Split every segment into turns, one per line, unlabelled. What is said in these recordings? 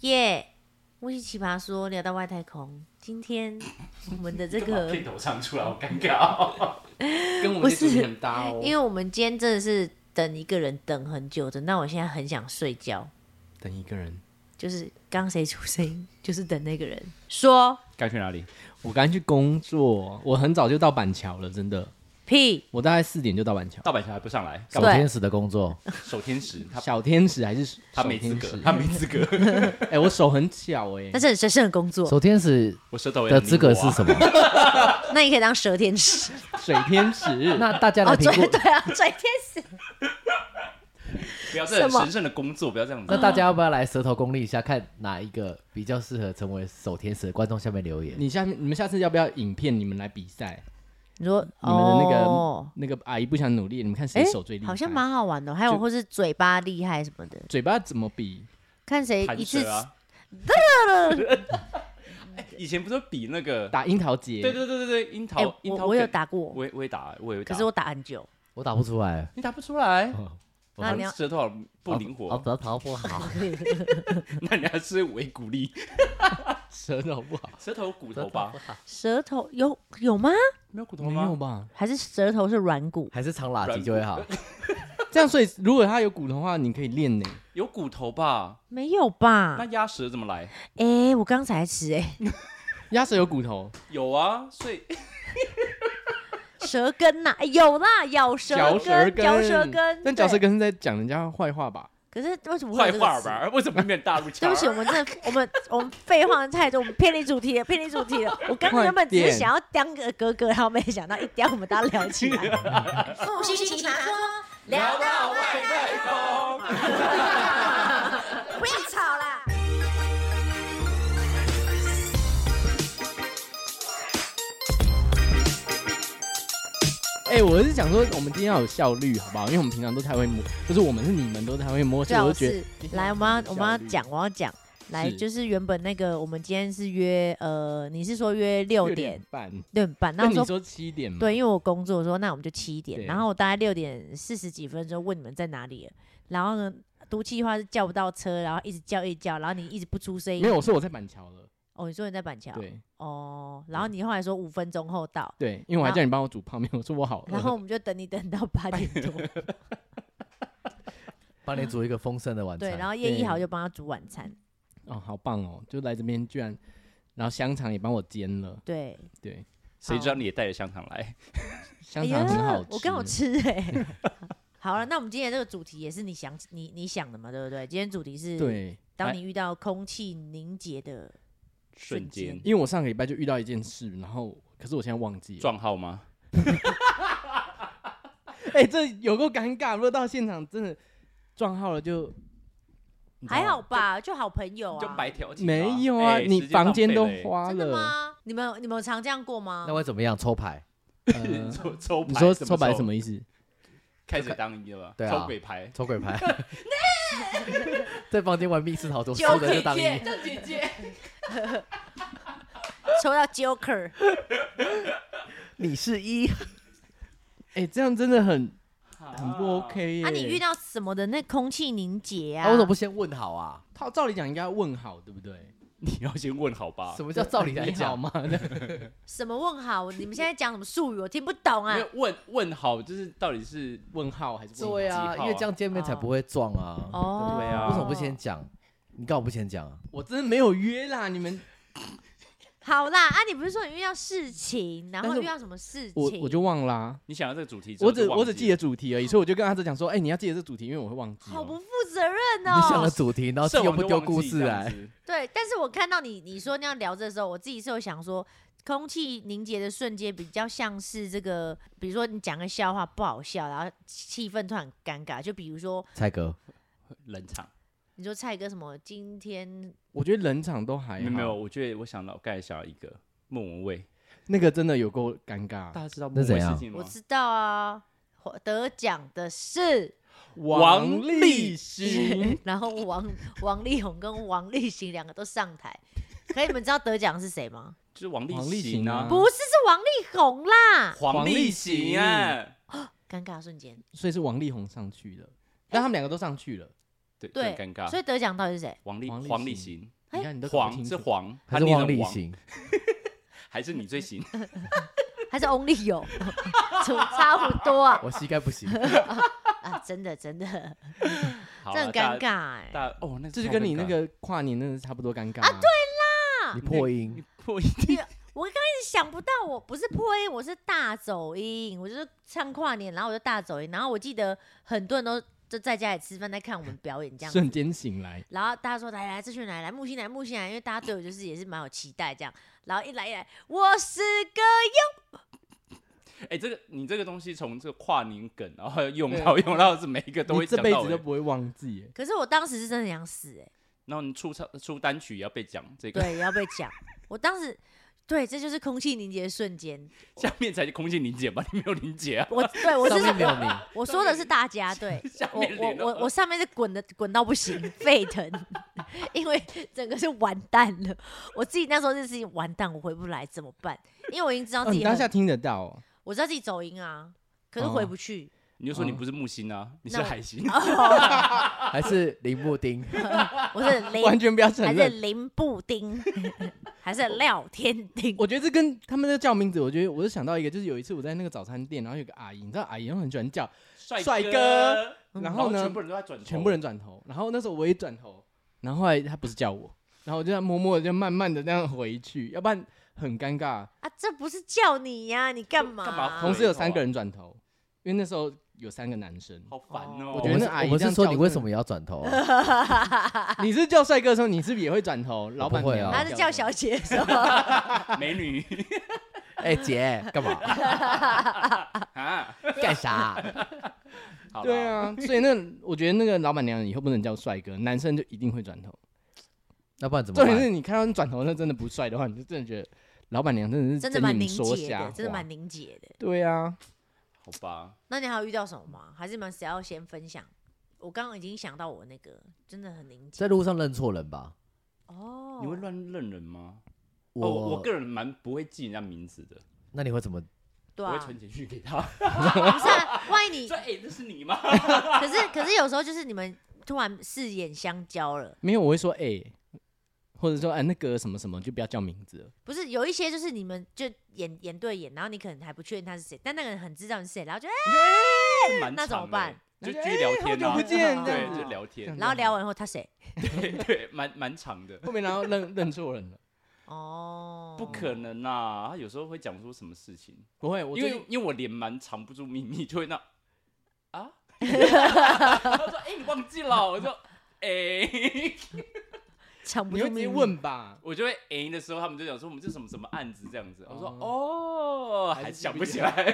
耶、我是奇葩说聊到外太空，今 天我们的这
干嘛
个
片，头唱出来好尴尬、 哦。
跟我们的主题很搭哦。
因为我们今天真的是等一个人等很久的，那我现在很想睡觉，
等一个人，
就是刚谁出声 音，就是等那个人说
该去哪里？
我刚去工作，我很早就到板桥了，真的，
屁，
我大概四点就到板桥。
大板桥还不上来，
对
干
小
嘛
天使的工作，
守天使他
小天使还是
他没资
手天
格
使，
他没资格。
哎、我手很巧 哎、
那是很神圣的工作，
守天使
我舌头也
的
很灵
资格
活
是
啊
什么？
那你可以当蛇天 使
水天使。
那大家
哦，
来评
对
估，
对啊，嘴天 使，
不要这很
什么
神圣的工作，不要这样
那
子。
大家要不要来舌头功力一下，看哪一个比较适合成为守天使？观众下面留言。
你下面你们下次要不要影片？你们来比赛，
你说
你们的那个、
哦，
那个阿姨不想努力，你们看谁
哎
手最厉害？
好像蛮好玩的，哦还有
就
或是嘴巴厉害什么的，
嘴巴怎么比？
看谁
弹
一次
舌啊！ 哎以前不是比那个？
打樱桃姐，
对对对对对，樱
哎、
桃樱桃
我我有
梗，
打过，
我也我也打，我也有打。
可是我打很久。
我打不出来，
你打不出来，
我
那
我
你要
舌头好不灵
哦
我
活，
舌头不 好，
那你还是维骨力，
舌头不好，
舌头有骨头吧？
舌头有有吗？
没有骨头
没有
吗？
吧？
还是舌头是软骨？
还是长喇
软
鸡就会好。
这样，所以如果他有骨头的话，你可以练呢、
有骨头吧？
没有吧
那？鸭舌怎么来？
哎、我刚才吃哎、
鸭舌有骨头，
有啊，所以
舌根呐、哎有啦，咬舌
嚼舌
根，
根，
嚼舌根。
但嚼舌
对，
根是在讲人家坏话吧？
可是为什么会
坏
有这个
话
词？
吧？为什么变大陆
对
腔
不起，我们 真的，我们我们废话太多，我们偏离主题了，偏离主题 了。我刚刚原本只是想要叼个哥哥，然后没想到一叼，我们大家聊起来。
复兴奇葩说，聊到外 太空，不要吵啦！
哎、我是想说，我们今天要有效率，好不好？因为我们平常都太会摸，不是我们是你们都太会摸，所
最
以
好
我就觉
是
得今天
啊来，我们要我们要讲，我要讲。来，
是
就是原本那个，我们今天是约呃，你是说约六
六
点
点半，
六点半，那我
那你
说
说七点吗？
对，因为我工作说那我们就七点，
对
然后我大概六点四十几分就问你们在哪里了，然后呢，毒气的话是叫不到车，然后一直叫一直叫，然后你一直不出声音
没。有，我说我在板桥了，
哦，你说你在板桥，
对
哦，然后你后来说五分钟后到，
对，因为我还
然后
叫你帮我煮泡面，我说我好饿，
然后我们就等你等到八点 多，
帮你煮一个丰盛的晚
对，
餐
然。后叶一
对
豪就帮他煮晚餐，
哦，好棒哦，就来这边居然，然后香肠也帮我煎了，
对，
对，
谁知道你也带着香肠来？
香肠很好吃，
哎我刚好吃哎。好了，那我们今天这个主题也是你想你你想的嘛，对不对？今天主题是，
对，
当
哎
你遇到空气凝结的瞬
瞬间
间
因为我上个礼拜就遇到一件事，然后可是我现在忘记了，
撞号吗？
哎、这有够尴尬，如果到现场真的撞号了就。你知道
还好
吗
吧，就好朋友啊，
就白条起吧
没有啊，
哎
你
时间
房
浪
间
费
都
了哎
花
真的
了。
吗？你们有你们有常这样过吗
那？会怎么样？抽牌？
呃
抽抽牌，
你说
怎
抽牌什
抽？
么意思？
开始当一了吧？
对啊
抽鬼牌，
抽鬼 牌？ 在房间玩密室逃脱，输
九
的就当一。
姐姐，抽到 Joker，
你是一，
哎、这样真的很很不 OK 耶、
啊，你遇到什么的那空气凝结啊？
那为什么不先问好啊？
他照理讲应该要问好，对不对？
你要先问好吧
什？么叫照理来
你好
讲？
吗？
什么问好？你们现在讲什么术语？我听不懂啊
没！有问问好，就是到底是
问号还是问
对
几号
啊，
啊
因为这样见面才不会撞啊。
哦，
对啊
为什么不先？讲？你干嘛不先讲啊？
我真的没有约啦，你们
好啦，啊，你不是说你遇到事情，然
但
后
是
遇到什么事情？
我我就忘啦、
你想要这个主题之后
我
就
只
忘了，
我只记得主题而已，所以我就跟阿哲讲说，哎、你要记得这主题，因为我会忘记哦、
好不负责任
你想了
哦。
主题，然后
射
又
完
不
就忘记，
丢故事
这样
来
子，。
对，但是我看到你你说那样聊着的时候，我自己是有想说。空气凝结的瞬间比较像是这个，比如说你讲个笑话不好笑，然后气氛突然尴尬。就比如说
蔡哥，
冷场。
你说蔡哥什么？今天
我觉得冷场都还
没有
好，
没有，我觉得我想到我刚才想到一个莫文蔚，
那个真的有够尴
大
尬。
家知道莫文
那怎
蔚
样
事情
我
吗？
知道啊，获得奖的是，
王力
行，
然后王王力宏跟王力行两个都上台。可你们知道得奖是谁吗？
就是王
王
力
力行
啊
啊，
不是，是王力宏啦！
黄
王
力
力
行
行
啊，
尴尬瞬间，
所以是王力宏上去的，但他们两个都上去了。
对，就
对
很尴尬。
所以得奖到底是谁？
王力
王力
黄力
行
行，
你看你都搞不
黄
清
是
楚，
黄，他
还是
念
王
成
力
黄，
行？
还是你 最行？
还是 Only 有？差差不多啊
我膝盖 不行，
啊！真的真的，
好
这
啦
很尴。
大
尬哎、
大哦，那
这就
超
跟
尴
你那
尬
个跨年那是差不多尴尬啊。对，
你破音
你，破音，
我刚开始想不到，我不是破音，我是大走音，我就是唱跨年，然后我就大走音，然后我记得很多人都就在家里吃饭在看我们表演这样子
瞬间醒来，
然后大家说来来，这群人来来木星来木星来，因为大家对我就是也是蛮有期待这样。然后一来一来，我是个
哎，这个你这个东西从这个跨年梗，然后用到用到是每一 个都
你
会
这
讲
辈
到
子
欸
都不会忘记耶。
可是我当时是真的很想死哎、
然后你出唱出单曲也要被讲这个，
对，也要被讲。我当时对，这就是空气凝结的瞬间。
下面才是空气凝结吧？你没有凝结啊？
我对我
上
就是
面没有你，
我说的是大家，对
下
我
面
我
脸哦
我
都
我上面是滚的滚到不行，沸腾， 因为整个是完蛋了。我自己那时候就是自己完蛋，我回不来怎么办？因为我已经知道
哦，
自
你
己
当
很，
下哦听得到哦，
我知道自己走音啊，可是回不去。
你就说
嗯
你不是木星啊，你是
那我
海星。
还是铃木丁？
我 是
完
零
全不要承
还是
认。
林布丁， 还是廖天丁？
我觉得这跟他们在叫名字，我觉得我就想到一个，就是有一次我在那个早餐店，然后有个阿姨，你知道阿姨她们很喜欢叫，帅哥，然
嗯
然
后
后
呢
哦全部人都在转头，
全部人转头，然后那时候我也转头，然后后来她不是叫我，然后我就这样默默的就慢慢的这样回去，要不然很尴尬。
啊，这不是叫你呀、你干嘛？
干嘛
同时有三个人转头，因为那时候有三个男生。
好烦哦。
哦
我
我
觉得
们
那
是
阿姨
我们
这样
是说
叫
你
真
为
的
什么要转头啊？
你是叫帅哥的时候，你是不是也会转头？老板
不会啊
啊他是叫小姐
姐，
的时候，
美女
哎姐，干嘛？
啊，
干啥？
好啦
对，啊，所以那我觉得那个老板娘以后不能叫帅哥，男生就一定会转头。
那不然怎么
重点是
办？
你看到你转头那真的不帅的话，你就真的觉得老板娘真的是
真的
睁
蛮
眼
凝
说
结
瞎
的，真的
话
蛮凝结的。
对啊，
好吧，
那你还有遇到什么吗？还是你们谁要先分享？我刚刚已经想到我那个真的很凝结
在路上认错人吧？
哦。
你会乱认人吗？哦，
我
我个人蛮不会记人家名字的，
那你会怎么？
对
我会
啊，
传简讯给他，
不是啊，万一 你
说哎，这是你吗？
啊
可是可是有时候就是你们突然四眼相交了，
没有我会说哎、或者说哎、那个什么什么就不要叫名字了。
不是有一些就是你们就眼眼对眼，然后你可能还不确定他是谁，但那个人很知道你是谁，然后就哎、
蛮
那怎么
长的
办？
就继续聊天
哎好久
啊
不， 见，这
对
样，子
就聊天，
然后聊完以后他谁？
对对，蛮蛮长的。
后面然后认认错人了，
哦，
不可能啊！他有时候会讲出什么事情，
不会，我
因
最
为
近
因为我脸蛮藏不住秘密，就会那啊，他说哎、你忘记了，我就哎、
抢不
你
住
会直
命
接
运
问吧，
我就会哎、的时候，他们就讲说我们这什么什么案子这样子，我说哦，
还
还
是
想
不
不
一
起
样
来。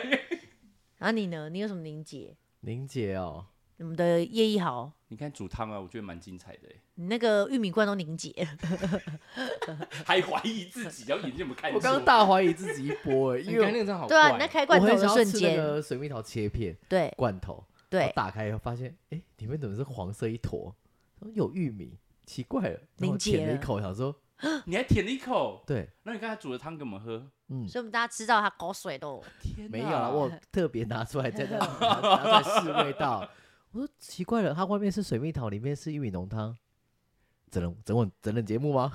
然后你呢？你有什么凝结？
林姐哦，
我们的叶一豪，
你看煮汤啊，我觉得蛮精彩的、
你那个玉米罐都凝结了，
还怀疑自己，然后眼睛有没有看
我刚刚
错
大怀疑自己一波 哎，
你
因
看那个
为
真的好
对啊，你
怪
在。开
我
罐头
很
的
想
瞬
要吃那
间，
个水蜜桃切片
对
罐头，
对，
打开以后发现，哎，里面怎么是黄色一坨？然后有玉米，奇怪了。然后
凝结
舔了一
了
口，想说
你还舔了一口，
对，
那你刚才煮的汤给我们喝？
嗯，
所以我们大家吃到他口水都
天
没有
啊，
啦，我特别拿出来 在那拿拿出来试味道。我说奇怪了，它外面是水蜜桃，里面是玉米浓汤，整人整晚整人节目 吗？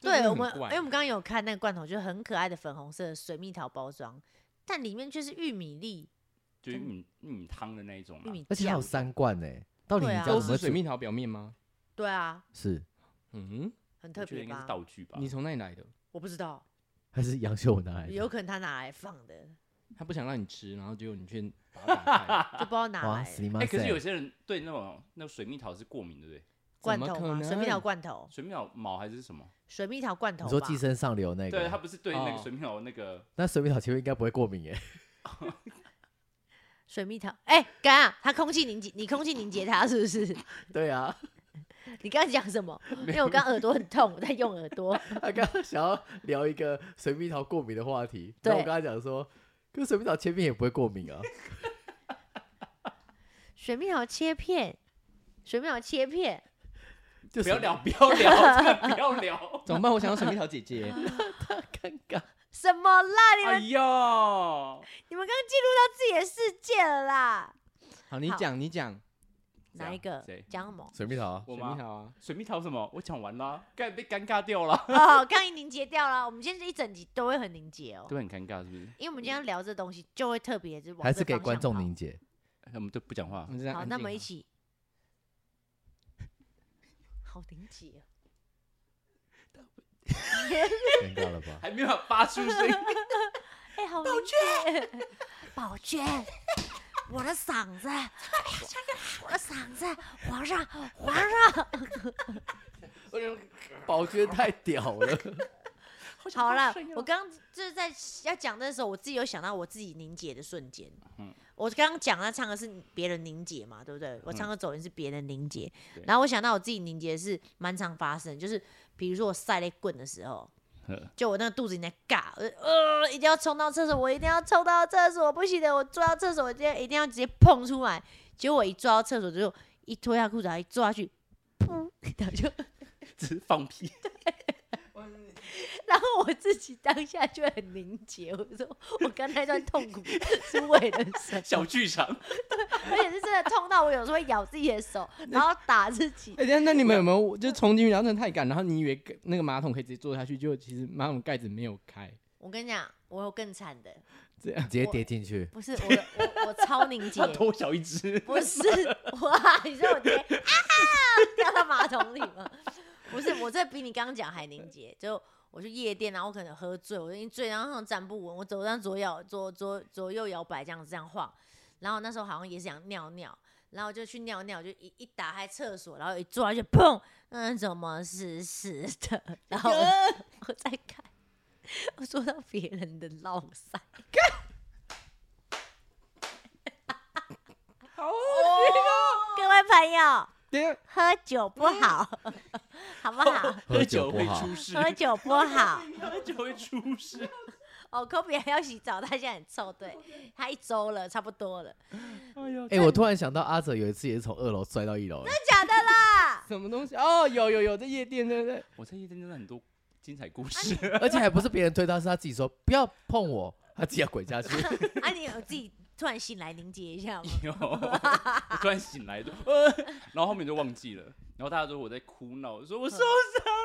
对
真的
我
很
们，因
怪
为我们刚刚有看那个罐头，就是很可爱的粉红色的水蜜桃包装，但里面却是玉米粒、
就是玉米玉米汤的那一种啊
玉
啦。
米
而且还有
酱。
三罐呢、到底你
对
家
啊
怎
都
么
是水
煮？
蜜桃表面吗？
对啊，
是
嗯，
很特
我觉得
别
应该是
吧？
道具吧。
你从哪里来的？
我不知道，
还是杨秀文拿来的？
有可能他拿来放的，
他不想让你吃，然后结果你却把它打 开，
就不知道拿
哇，
来
死你妈！
哎、可是有些人对那种那水蜜桃是过敏的，对不对？
罐
怎么
头
可
吗？水蜜
能
桃罐头，
水蜜桃毛还是什么？
水蜜桃罐头吧。
你说寄生上流那
对他
个，啊
不是对那
哦
个水蜜桃那 个，
那水蜜桃前面应该不会过敏欸 耶、
水蜜桃，哎、干啊！他空气凝结，你空气凝结他是不是？
对啊，
你刚刚讲什么？因为我刚耳朵很痛，我在用耳朵。
他刚刚想要聊一个水蜜桃过敏的话题，
对
然后我跟他讲说，跟水蜜桃前面也不会过敏啊。
水蜜桃切片，水蜜桃切片，
就
不要
是
聊，不 要聊，真的不要聊。
怎么办？我想要水蜜桃 姐姐，
尴尬。？
什么啦？你们、
哎呦，
你们刚进入到自己的世界了啦！
好，你
好
讲你讲，
哪一个
谁？
讲什么
水蜜桃啊，
我
水
吗
蜜？桃啊，
水蜜桃什么？我讲完啦，干被尴尬掉了，
哦，刚一凝结掉了。我们今天这一整集都会很凝结哦，
都很尴尬，是不是？
因为我们今天聊这东西就会特别就是往
还是
这
给
方
观
向
众
跑
凝结。
我们都不讲话
我，们这样
好，
安
那
静
么一
啊
起， 好
好
凝结哦。
尴尬了吧？
还没有发出声音。
哎、好宝娟，哎宝娟，我的嗓子，我的嗓子，皇上，皇上，
宝娟太屌了，
好了，我刚刚就是在要讲的时候，我自己有想到我自己凝结的瞬间。
嗯
我刚刚讲他唱的是别人凝结嘛，对不对？我唱的走音是别人凝结，
对
然后我想到我自己凝结是蛮常发生，就是比如说我晒泪棍的时候，就我那个肚子里面尬，呃呃，一定要冲到厕所，我一定要冲到厕所，不行的，我坐到厕所，我今天一定要直接碰出来。结果我一坐到厕所之后，一脱下裤子，然后一坐下去，噗， 然后就，
只是放屁，
然后我自己当下就很凝结，我说我刚才那段痛苦是为了什么？
小剧场。
而且是真的痛到我有时候会咬自己的手，然后打自己。
哎、等一下那你们有没有就冲进去，然后真的太赶，然后你以为盖那个马桶可以直接坐下去，结果其实马桶盖子没有开，
我跟你讲，我有更惨的，
这样
直接跌进去。
不是我的，我我超凝结
他，偷小一只，
不是哇！你说我直接啊哈掉到马桶里吗？不是，我这比你刚刚讲还凝结。就我去夜店，然后我可能喝醉，我已经醉，然后站不稳，我走上左摇左左左右摇摆这样子这样晃，然后那时候好像也是想尿尿。然后我就去尿尿，就一一打开厕所，然后一坐下去，砰，嗯，怎么湿湿的？ 然后我我再看，我坐到别人的落塞，
好恶
各位朋友，
等一下
喝酒不好，好不好？
喝
喝
酒
酒
会
不好
出事，
喝酒不好。
喝酒会出事。
哦，科比还要洗澡，他现在很臭，对他一周了，差不多了，
哎呦，
哎，我突然想到阿哲有一次也是从二楼摔到一楼，哎
真的假的啦？
什么东西？哦，有有有，在夜店对不对？
我在夜店真的很多精彩
啊
故事，
而且还不是别人推他，是他自己说不要碰我，他自己要滚下去。
啊，你有自己突然醒来凝结一下吗？
有，我突然醒来就，呃然后后面就忘记了，然后大家都我在哭闹，我说我受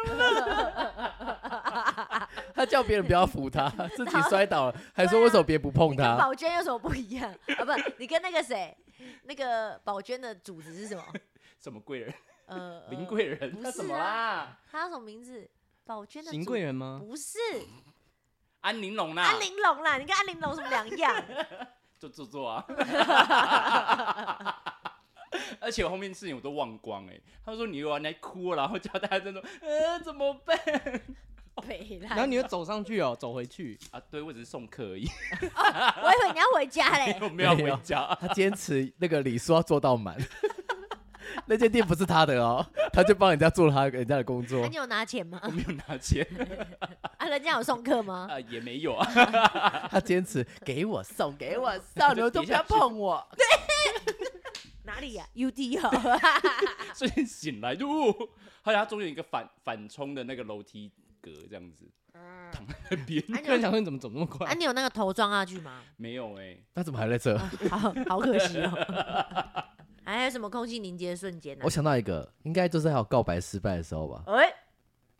嗯
他叫别人不要 扶他，自己摔倒了，还说为什么别人不碰
你跟
他？
宝娟有什么不一样 啊？不，你跟那个谁，那个宝娟的主子是什么？
什么贵人，
呃，
林
呃，
贵人，
不
他什
是
么
啊
啦？
他叫什么名字？宝娟的
行
主
贵人吗？
不是
安玲珑啦
安，玲珑啦，你跟安玲珑什么两 样？
就做做 啊。而且我后面事情我都忘光哎、他们说你玩来哭，然后叫大家在说，呃，怎么办
北啦，
然后你又走上去哦，走回去，
啊？对我只是送客而已，
我以为你要回家嘞。
我没有要
没
回
有
家。
他坚持那个礼数要做到满。 那间店不是他的哦，他就帮人家做了他人家的工
那、
哎
作
啊你。有拿钱吗
我？没有拿钱
啊，人家有送客吗？
啊，也没有啊。
他坚 持给我送，给我送， 你们都不要碰我。
哪里呀、u d 哦。
所以醒来就，哦还有它中间有一个反反冲的那个楼梯格这样子，躺在那边
啊，你
突然
有
想说你怎么走那么快？
啊，你有那个头装下去吗？
没有哎、
他怎么还在这？
好好可惜哦。 还有什么空气凝结的瞬间呢、
我想到一个，应该就是还有告白失败的时候吧，
哎、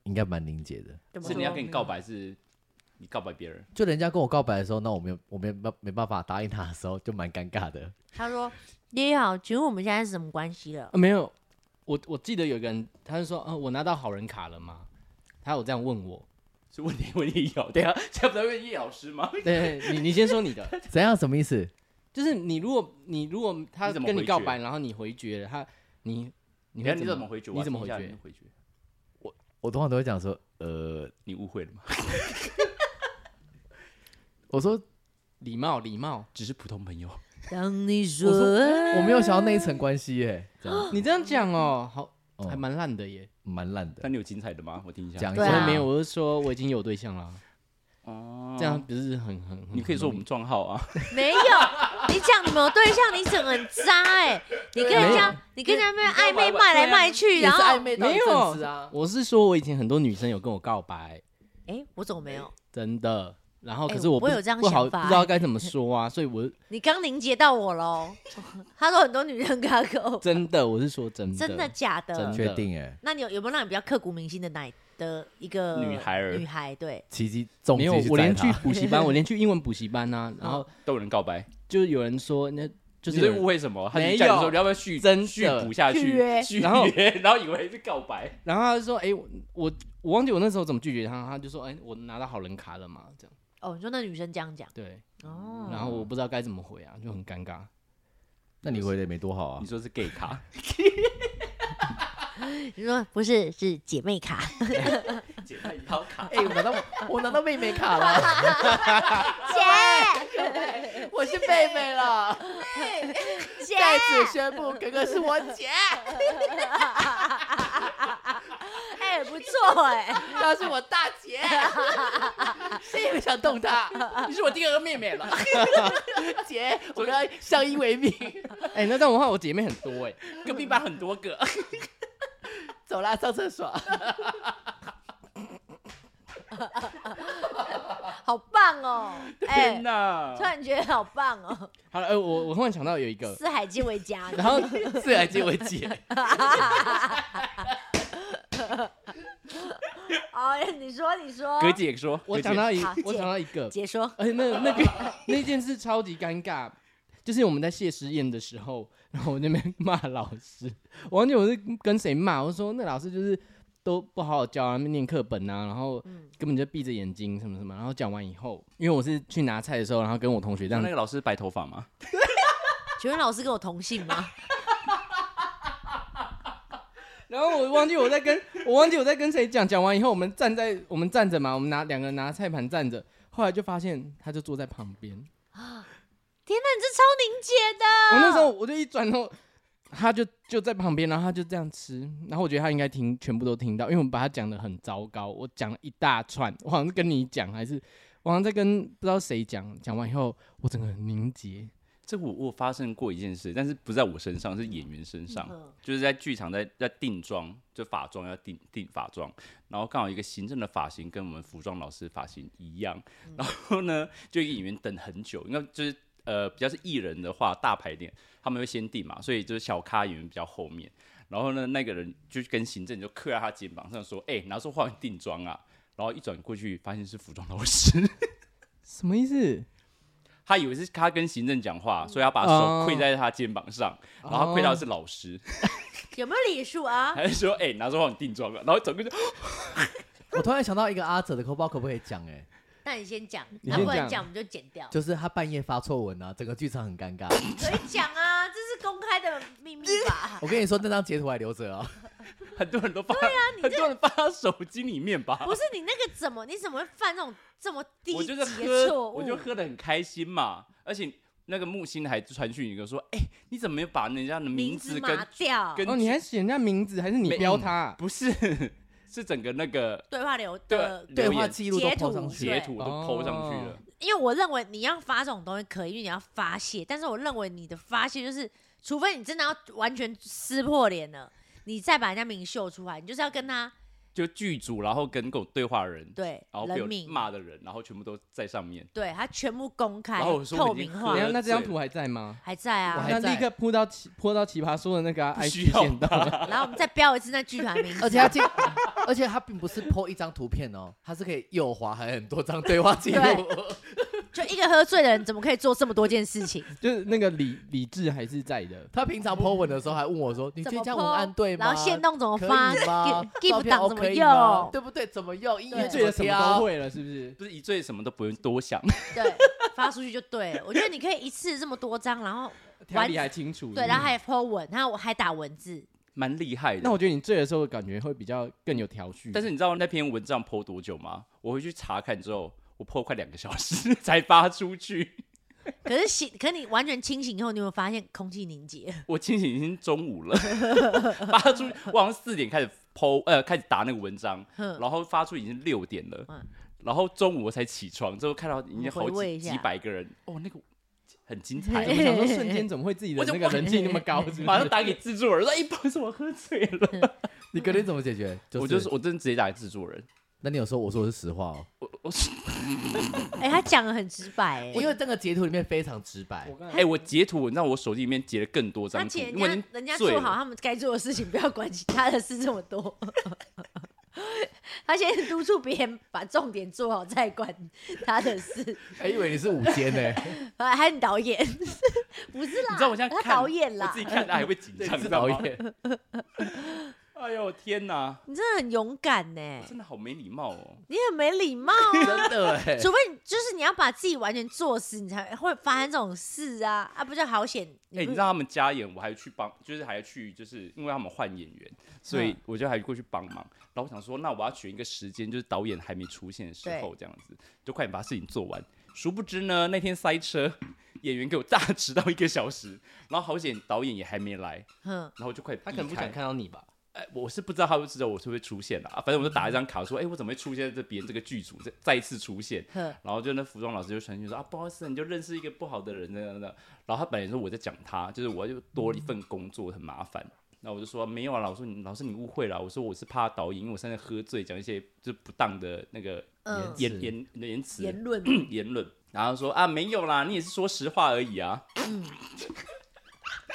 应该蛮凝结的。
怎么
是你要
说？
跟你告白是，你告白别人，
就人家跟我告白的时候，那我没有，我没没没办法答应他的时候，就蛮尴尬的。
他说：“你好，请问我们现在是什么关系了
啊、没有，我我记得有个人，他就说，啊，我拿到好人卡了吗？他有这样问我。
是问你问叶瑶，对啊，现在不是问叶老师吗？
对，你你先说你 的，
怎样？什么意思？
就是你如果你如果他
你怎么
跟你
回
告
绝
白，然后你回绝了他，你哎你
等
会
下你
怎
怎么回绝？
你怎么
我
回
要听一下你
绝
的？回绝？
我通常都会讲说，呃，
你误会了吗？
我说
礼貌礼貌，
只是普通朋友，？”
当你说
我说我没有想到那一层关系耶，这样
你这样讲哦，好，
哦
还蛮烂的耶。
蛮烂的
那。你有精彩的吗？我听一下。
讲一
对
我
啊
下
说没有，我是说我已经有对象了，
哦
这样不嗯是很很很
你可以说我们
很
撞号啊，
没有，你讲你们有对象，你整个很渣哎、你跟人家，你跟人家那边暧昧卖来卖去，
也
然
是
后
暧昧到一
没
阵子
有
啊，
我是说我以前很多女生有跟我告白，
哎、我怎么没有？
真的。然后
哎
可是我
我
不,、
有这样
不好
想法
不知道
哎
该怎么说啊，所以我
你刚凝结到我喽。 他说很多女人跟他勾，
真的我是说真的，
真的假的
真？的
确定哎，
那你有有没有让你比较刻骨铭心的哪的一个
女孩儿
女孩对，
奇迹重
没
击
有
去
我连
宰
去
他
补习班，我连去英文补习班啊，然后
都有人告白，
就有人说那就
你
是
是
有人
误会什么？他
没
就叫你
有
说你要不要续
真的
续补下
续
去
约，
续
然后
约，然后以为是告白，
然后他就说：“哎、我我我忘记我那时候怎么拒绝他，他就说：哎、我拿到好人卡了嘛，这样
哦，你说那女生这样讲
对。
哦，
然后我不知道该怎么回啊，就很尴尬。
那你回的也没多好啊
你，说是 gay 卡，
你说不是是姐妹卡，
姐妹刀卡，
哎，我拿到我拿到妹妹卡了，
姐
我是妹妹了，
哎
姐
宣布哥哥是我姐，
哎、不错哎、
她是我大姐，谁也不想动她，你是我第二个妹妹了，姐，我们要相依为命，
哎、那这样的话，我姐妹很多哎、
隔壁班很多个，
走啦，上厕所。
好棒哦、哎、
天哪
突！然觉得好棒 哦、
好了，呃，我我突然想到有一个，
四海皆为家，
然后自然结为姐，
哦，你说你说，
葛姐说，
我
葛姐
想到一
好
我
姐
想到一个，
姐说，
而且那那个那件事超级尴尬，就是我们在谢师宴的时候，然后我那边骂老师，我忘记我是跟谁骂，我说那老师就是都不好好教啊，那边念课本啊，然后根本就闭着眼睛什么什么，然后讲完以后，因为我是去拿菜的时候，然后跟我同学这
那
样
个老师白头发吗？
请问老师跟我同 姓吗？
然后我忘记我在跟我忘记我在跟谁讲，讲完以后我们站在我们站着嘛，我们拿两个人拿菜盘站着，后来就发现他就坐在旁边，我
天哪，你这超凝结的，
那时候我就一转头，他就就在旁边，然后他就这样吃，然后我觉得他应该听全部都听到，因为我们把他讲的很糟糕，我讲了一大串，我好像是跟你讲还是我好像在跟不知道谁讲，讲完以后我整个很凝结，
这我我发生过一件事，但是不在我身上，是演员身上，
嗯
就是在剧场在在定妆，就法妆要定定法妆，然后刚好一个行政的发型跟我们服装老师发型一样，然后呢，就一个演员等很久，因为就是呃比较是艺人的话，大排练他们会先定嘛，所以就是小咖演员比较后面，然后呢，那个人就跟行政就刻在他肩膀上说，哎、拿出化妆定妆啊，然后一转过去发现是服装老师。
什么意思？
他以为是他跟行政讲话，所以他把
哦
手跪在他肩膀上，然后他跪到是老师，
有没有礼数啊？
还是说：“哎、拿出帮你定妆了。”然后整个就
我突然想到一个阿哲的口包可不可以讲？哎，
那你先讲，
你
那
先
不然
讲
讲我们就剪掉。
就是他半夜发错文啊，整个剧场很尴尬。
可以讲啊，这是公开的秘密吧？
我跟你说，那张截图还留着啊。
很多人都发，很多人发到手机里面吧。
啊不是你那个怎么，你怎么会犯这种这么低
我
级
就是
的
喝，
错误
我？就喝的很开心嘛。而且那个木星还传讯一个说：“哎、你怎么没有把人家的名
名
字
字
跟
麻掉，
跟
哦，你还写人家名字还是你
没
标他啊、
不是 是整个那个
对话流
对
的
对
留
话
言
记录都
截图
抛上去，
截图都抛上去了
哦？”
因为我认为你要发这种东西可以，因为你要发泄，但是我认为你的发泄就是，除非你真的要完全撕破脸了，你再把人家名秀出来，你就是要跟他
就剧组，然后跟狗对话的人，
对
然哦后被
人
我
名，
骂的人，然后全部都在上面。
对他全部公开
然后我说
透
我已经
明
喝
化
等一
了
下，那这张图还在吗？
还在
我
啊
还，
那
在
立刻扑到奇扑到奇葩说的那个、
哎
啊、
不
IG
需要
线到，
然后我们再标一次那剧团名字，
而且他进，而且他并不是 po 一张图片哦，他是可以右滑，还有很多张对话记录。
就一个喝醉的人怎么可以做这么多件事情？
就是那个理理智还是在的。
他平常 po 文的时候还问我说：“你
怎
这
么
加文案
po，
对吗？
然后线动怎么
可
发
以吗
g i
照
f
片
档怎
OK
么
吗
用？
对不对？怎么用？音
对
乐
醉了
怎
什
么
么都
挑？
会了，是不是？
不是一醉什么都不用多想，
对，发出去就对了。我觉得你可以一次这么多张，然后
条理还清
嗯
楚。
对，然后还 po 文，然后我还打文字，
蛮厉害的。
那我觉得你醉的时候感觉会比较更有条序。
但是你知道那篇文章 PO 多久吗？我回去查看之后，我 PO 快两个小时 才发出去。
可是醒，可你完全清醒以后，你有没有发现空气凝结？
我清醒已经中午了， 发出去我好像四点开始 PO，呃，开始打那个文章，
哼
然后发出已经六点了
嗯，
然后中午我才起床，之后看到已经好
回味
几
一下
几百个人，哦，那个很精
我
彩。
对
想说，瞬间怎么会自己的那个人气那么高？是不
马上
是？
打给制作人说：“哎、不好意思，我喝醉了。
你隔天怎么解决？
我
就
就是是，我真的直接打给制作人。
那你有说我说的是实话哦？
我我是
哎，他讲的很直白，
因
哎，
为这个截图里面非常直白
我，刚
哎、我截图，你知道我手机里面截了更多
他
张图，
姐
因为
人
已
家
经
人家
醉
做
了
好他们该做的事情，不要管其他的事这么多。 他先督促别人把重点做好，再管他的事。
还哎以为你是午间呢，
啊还有导演，不是啦，
你知道我现在
他
看
导演
我
啦
自，己看 他还会紧
对
张，
你
你知
是
道
导
吗？
演，
哎呦天哪，
你真的很勇敢 呢，
真的好没礼貌哦！
你很没礼貌啊。
真的哎，
除非你就是你要把自己完全做死，你才会发生这种事啊！啊，不就好险？
哎、你知道他们加演，我还去帮，就是还去，就是因为他们换演员，所
嗯
以我就还过去帮忙。然后我想说，那我要选一个时间，就是导演还没出现的时候，这样子，就快点把事情做完。殊不知呢，那天塞车，演员给我大迟到一个小时，然后好险导演也还没来，
哼，
然后我就快
他可能
避
不
开
想看到你吧？
哎、我是不知道他会知道我是不是出现了、啊，反正我就打一张卡说，哎、我怎么会出现在这边这个剧组再再一次出现？
呵
然后就那服装老师就传讯说啊，不好意思，你就认识一个不好的人这样的。然后他本来说我在讲他，就是我就多了一份工作很麻烦。那我就说没有啊，老师你老师你误会了，我说我是怕导演，因为我现在喝醉讲一些就是不当的那个
嗯
言言言辞
言论
言论，然后说啊没有啦，你也是说实话而已啊。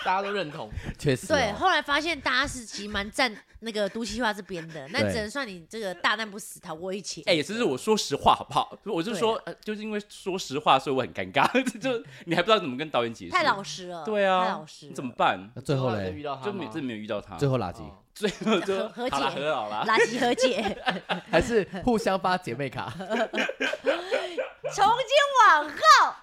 大家都认同，
确实哦，
对，后来发现大家是其实蛮站那个毒气化这边的，那
对
只能算你这个大难不死，逃过一劫。
哎、这是我说实话好不好？我就说，
啊
呃就是因为说实话，所以我很尴尬， 就你还不知道怎么跟导演解释。
嗯太老实了，
对啊，
太老实了，
你怎么办？
那 最后
再遇
嘞，
到他
就没
吗
真没有遇到他，
最后垃圾
哦
最后就
和和
好啦，
解
和好啦。
垃圾和 解，
还是互相发姐 妹卡，
啊从今往后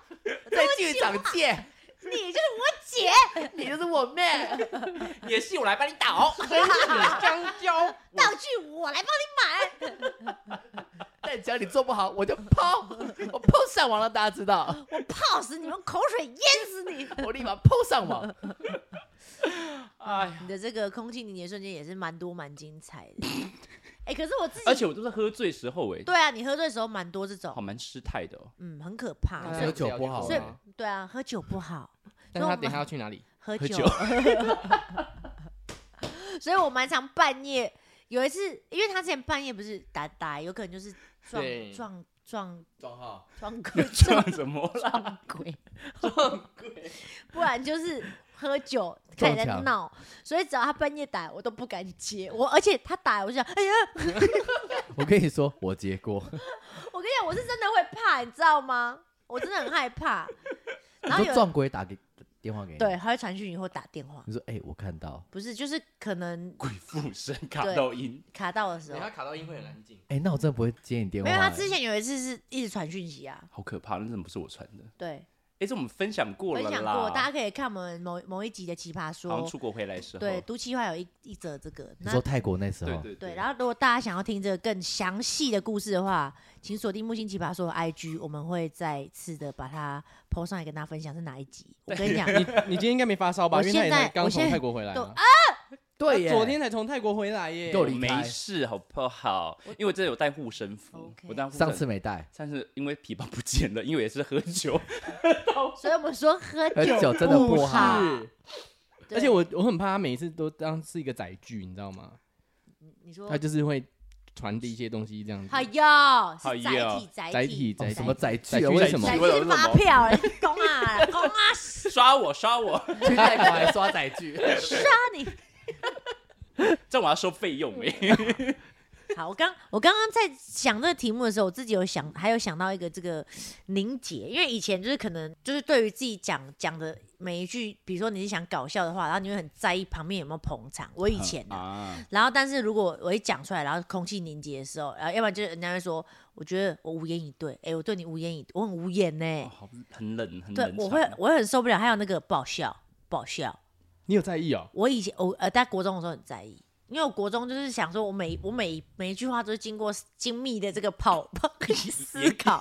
在剧场见，
你就是我姐，
你就是我妹，
你的戏我来帮你 导，
香蕉，
道具我来帮你买，
但只要你做不好，我就抛，我抛上网让大家知道，
我泡死你们，口水淹死你。
我立马抛上网，
哎呀，
你的这个空气凝结瞬间也是蛮多蛮精彩 的。哎、可是我自己，
而且我都是喝醉时候哎、
对啊，你喝醉的时候蛮多这
好
种，
蛮失态的 哦。
嗯，很可怕。
那
所
喝
以
酒不好
所以
啊
对啊，喝酒不好，
但他等一下要去哪里？
喝
喝
酒。
酒
所以我蛮常半夜有一次，因为他之前半夜不是打打，有可能就是撞
对
撞撞
装好，
撞 鬼
撞什么啦？
撞鬼不然就是喝酒开
撞
始在
墙
闹，所以只要他半夜打，我都不敢接。我而且他打，我就想，哎呀，
我跟你说，我结过，
我跟你讲，我是真的会怕，你知道吗？我真的很害怕。
你
然后
说
有
撞鬼打给电话给你，
对，，他会传讯息或打电话，
你说哎、我看到，
不是，就是可能
鬼附身卡
对
到音，
卡到的时
等
候
一，下卡到音会很安静。
哎、那我真的不会接你电话、
没
欸，
有。他之前有一次是一直传讯息啊，
好可怕，那真的不是我传的。
对，
哎、这我们分享过了
分
啦，
享过，大家可以看我们某某一集的奇葩
好像
说，
出国回来的时候，
对，都气话有一一则这个，
你
那
说泰国那时
对
候，
对
对，然后如果大家想要听这个更详细的故事的话，请锁定木星奇葩说的 IG，我们会再次的把它 PO 上来跟大家分享是哪一集。我跟你
哎
讲，
你你今天应该没发烧吧？
我
因为他也才
现在
刚
我
从
现在
泰国回来
都
嘛，
对耶，
昨天才从泰国回来耶。
够
我
离开
哎没事好不好？因为我真的有带护身符
OK，
我带护身
上次没带，
上次因为皮包不见了，因为也是喝酒，
所以我们说喝
喝
酒
哎酒真的不好，
哎
是，
对
而且我我很怕他每一次都当是一个载具，你知道吗？
你说
他就是会传递一些东西这样子。
哎哟，
哎
是载
哟
体载
载
体
体载
什么载
载
具
具
啊？为什么
载
哦
体
载具为什
是
么
发票欸，公啊公 啊，
刷我刷我，
去泰国还刷载具？
杀你！
这样我要收费用哎、
好，我刚我刚刚在想这个题目的时候，我自己有想，还有想到一个这个凝结，因为以前就是可能就是对于自己讲讲的每一句，比如说你是想搞笑的话，然后你会很在意旁边有没有捧场。我以前、啊，
啊，
然后但是如果我一讲出来，然后空气凝结的时候，然后要不然就是人家会说，我觉得我无言以对，哎、我对你无言以，我很无言呢、
哦好很冷很
对
冷，，啊
我会我会很受不了。还有那个不好笑，不好笑。
你有在意哦？
我以前我呃在国中的时候很在意，因为我国中就是想说我每我每每一句话都是经过精密的这个跑 跑思考，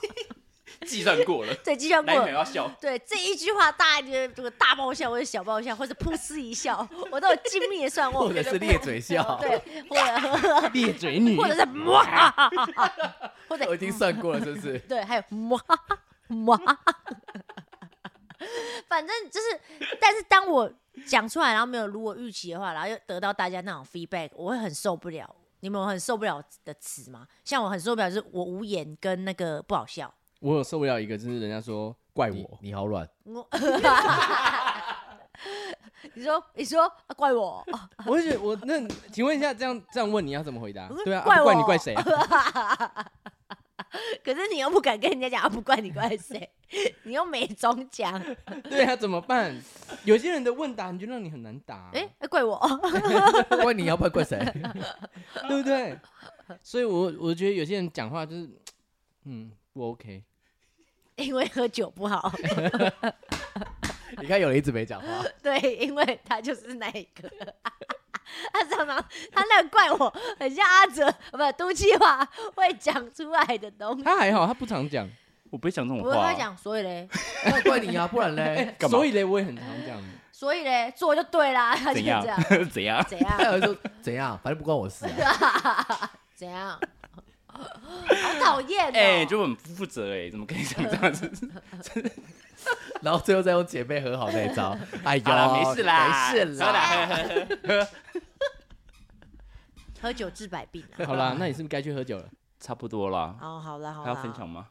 计算过了，
对，计算
哪一
过
秒。要笑？
对这一句话，大家就这个大爆笑，或者小爆笑，或者噗嗤一笑，我都有精密的算过。
或者是咧嘴笑？
对，或者
裂嘴女
或者是哇 哈哈哈哈，或者
我已经算过了，是不是？
对，还有 哇哇，反正就是，但是当我讲出来，然后没有如我预期的话，然后又得到大家那种 feedback，我会很受不了。你们有很受不了的词吗？像我很受不了，就是我无言跟那个不好笑。
我有受不了一个，就是人家说怪
你
我，
你好软，
我 你说，你说、啊怪我，
我会觉得我那，请问一下，这样这样问你要怎么回答
不是？
对啊，
怪
啊不怪你
我
怪 谁啊？
可是你又不敢跟人家讲，啊不怪你怪谁， 你又没中奖，
对啊，怎么办？有些人的问答你就让你很难答、
哎、啊怪我，
怪你要不然怪谁？
对不对？所以我我觉得有些人讲话就是，嗯，不 OK。
因为喝酒不好，
你看有人一直没讲话，
对，因为他就是那一个。 他常常他那个怪我，很像阿哲，不都气话会讲出来的东西。
他还好，他不常讲，
我不会讲这种
不会
话
他
啊，
讲，所以嘞，
怪怪你啊，不然嘞，
干嘛
所以嘞，我也很常讲。
所以嘞，做就对啦，他就
怎
这样
样， 怎样？
怎样
还有人说怎样，反正不关我事啊。
怎样，好讨厌
哎、
哦。
就很不负责哎、怎么可以讲这样 子？
然后最后再用姐妹和好那一招。哎呦，
好啦，哦没事啦，
没事
好
啦。
喝酒治百病啊。
好 啦，那你是不是该去喝酒了？
差不多啦。
哦，好啦好
还
啦。
要分享吗？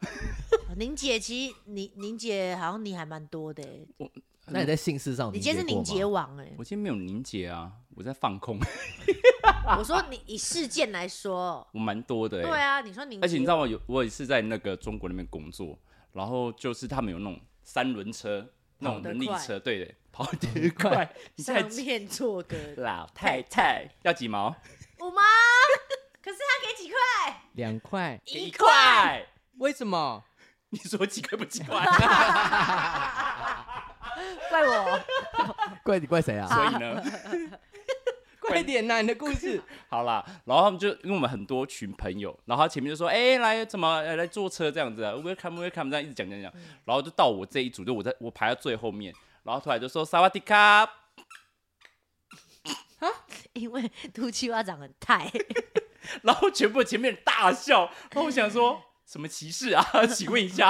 宁姐，其实宁宁姐好像你还蛮多的欸，
哦
欸
那你在姓氏上，
你今天是宁杰王哎。
我今天没有凝结啊，我在放空，
我说你以事件来说，
我蛮多的哎、
对啊，你说宁，
而且你知道吗？有我也是在那个中国那边工作，然后就是他们有那种三轮车，那种
跑得
人力
快
车，对的，跑得快。你在
上面做个
老太太要几毛？
五毛， 可是他给几块？
两块？
一
块。
为什么？
你说几块不几块？
怪我，
怪你怪谁啊？
所以呢，
快点呐、你的故事。
好啦，然后他们就因为我们很多群朋友，然后他前面就说，哎、来怎么来来坐车这样子、啊、，welcome welcome 这样一直讲讲讲，然后就到我这一组，就我在我排到最后面，然后突然就说萨瓦迪卡，
因为杜七蛙长很太，
然后全部前面人大笑，然后我想说什么歧视啊？ 请问一下，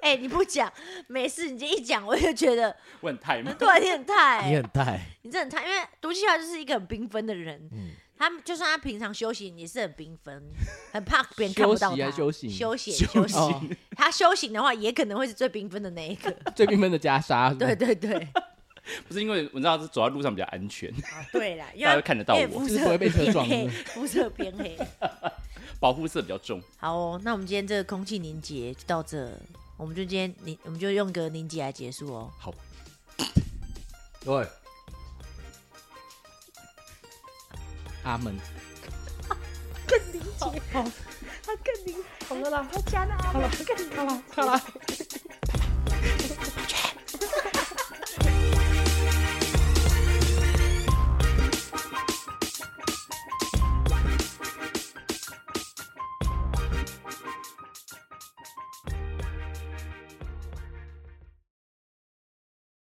哎，你不讲没事，你这一讲我就觉得
问太吗？
对你很太欸，
你很带，
你真的很太，因为毒气蛙就是一个很缤纷的人，
嗯
他们就算他平常休息也是很缤纷， 很怕别人看不到
休息
他。
还休息
休息
休
休息，
哦，
他修行的话，也可能会是最缤纷的那一个。
最缤纷的袈裟。是 不
哎
对
是，
对啊对，
不是因为我知道是走在路上比较安全，
啊对啦，因
大家会
为
看得到
因为
我，
肤
就是
色
不会被车撞
偏黑
是
肤色偏黑。
保护色比较重。
好哦，那我们今天这个空气凝结就到这，我们就今天凝，我们就用个凝结来结束哦。
对。
阿门。
更理解，他更理，好了啦，他加了阿门，更理解。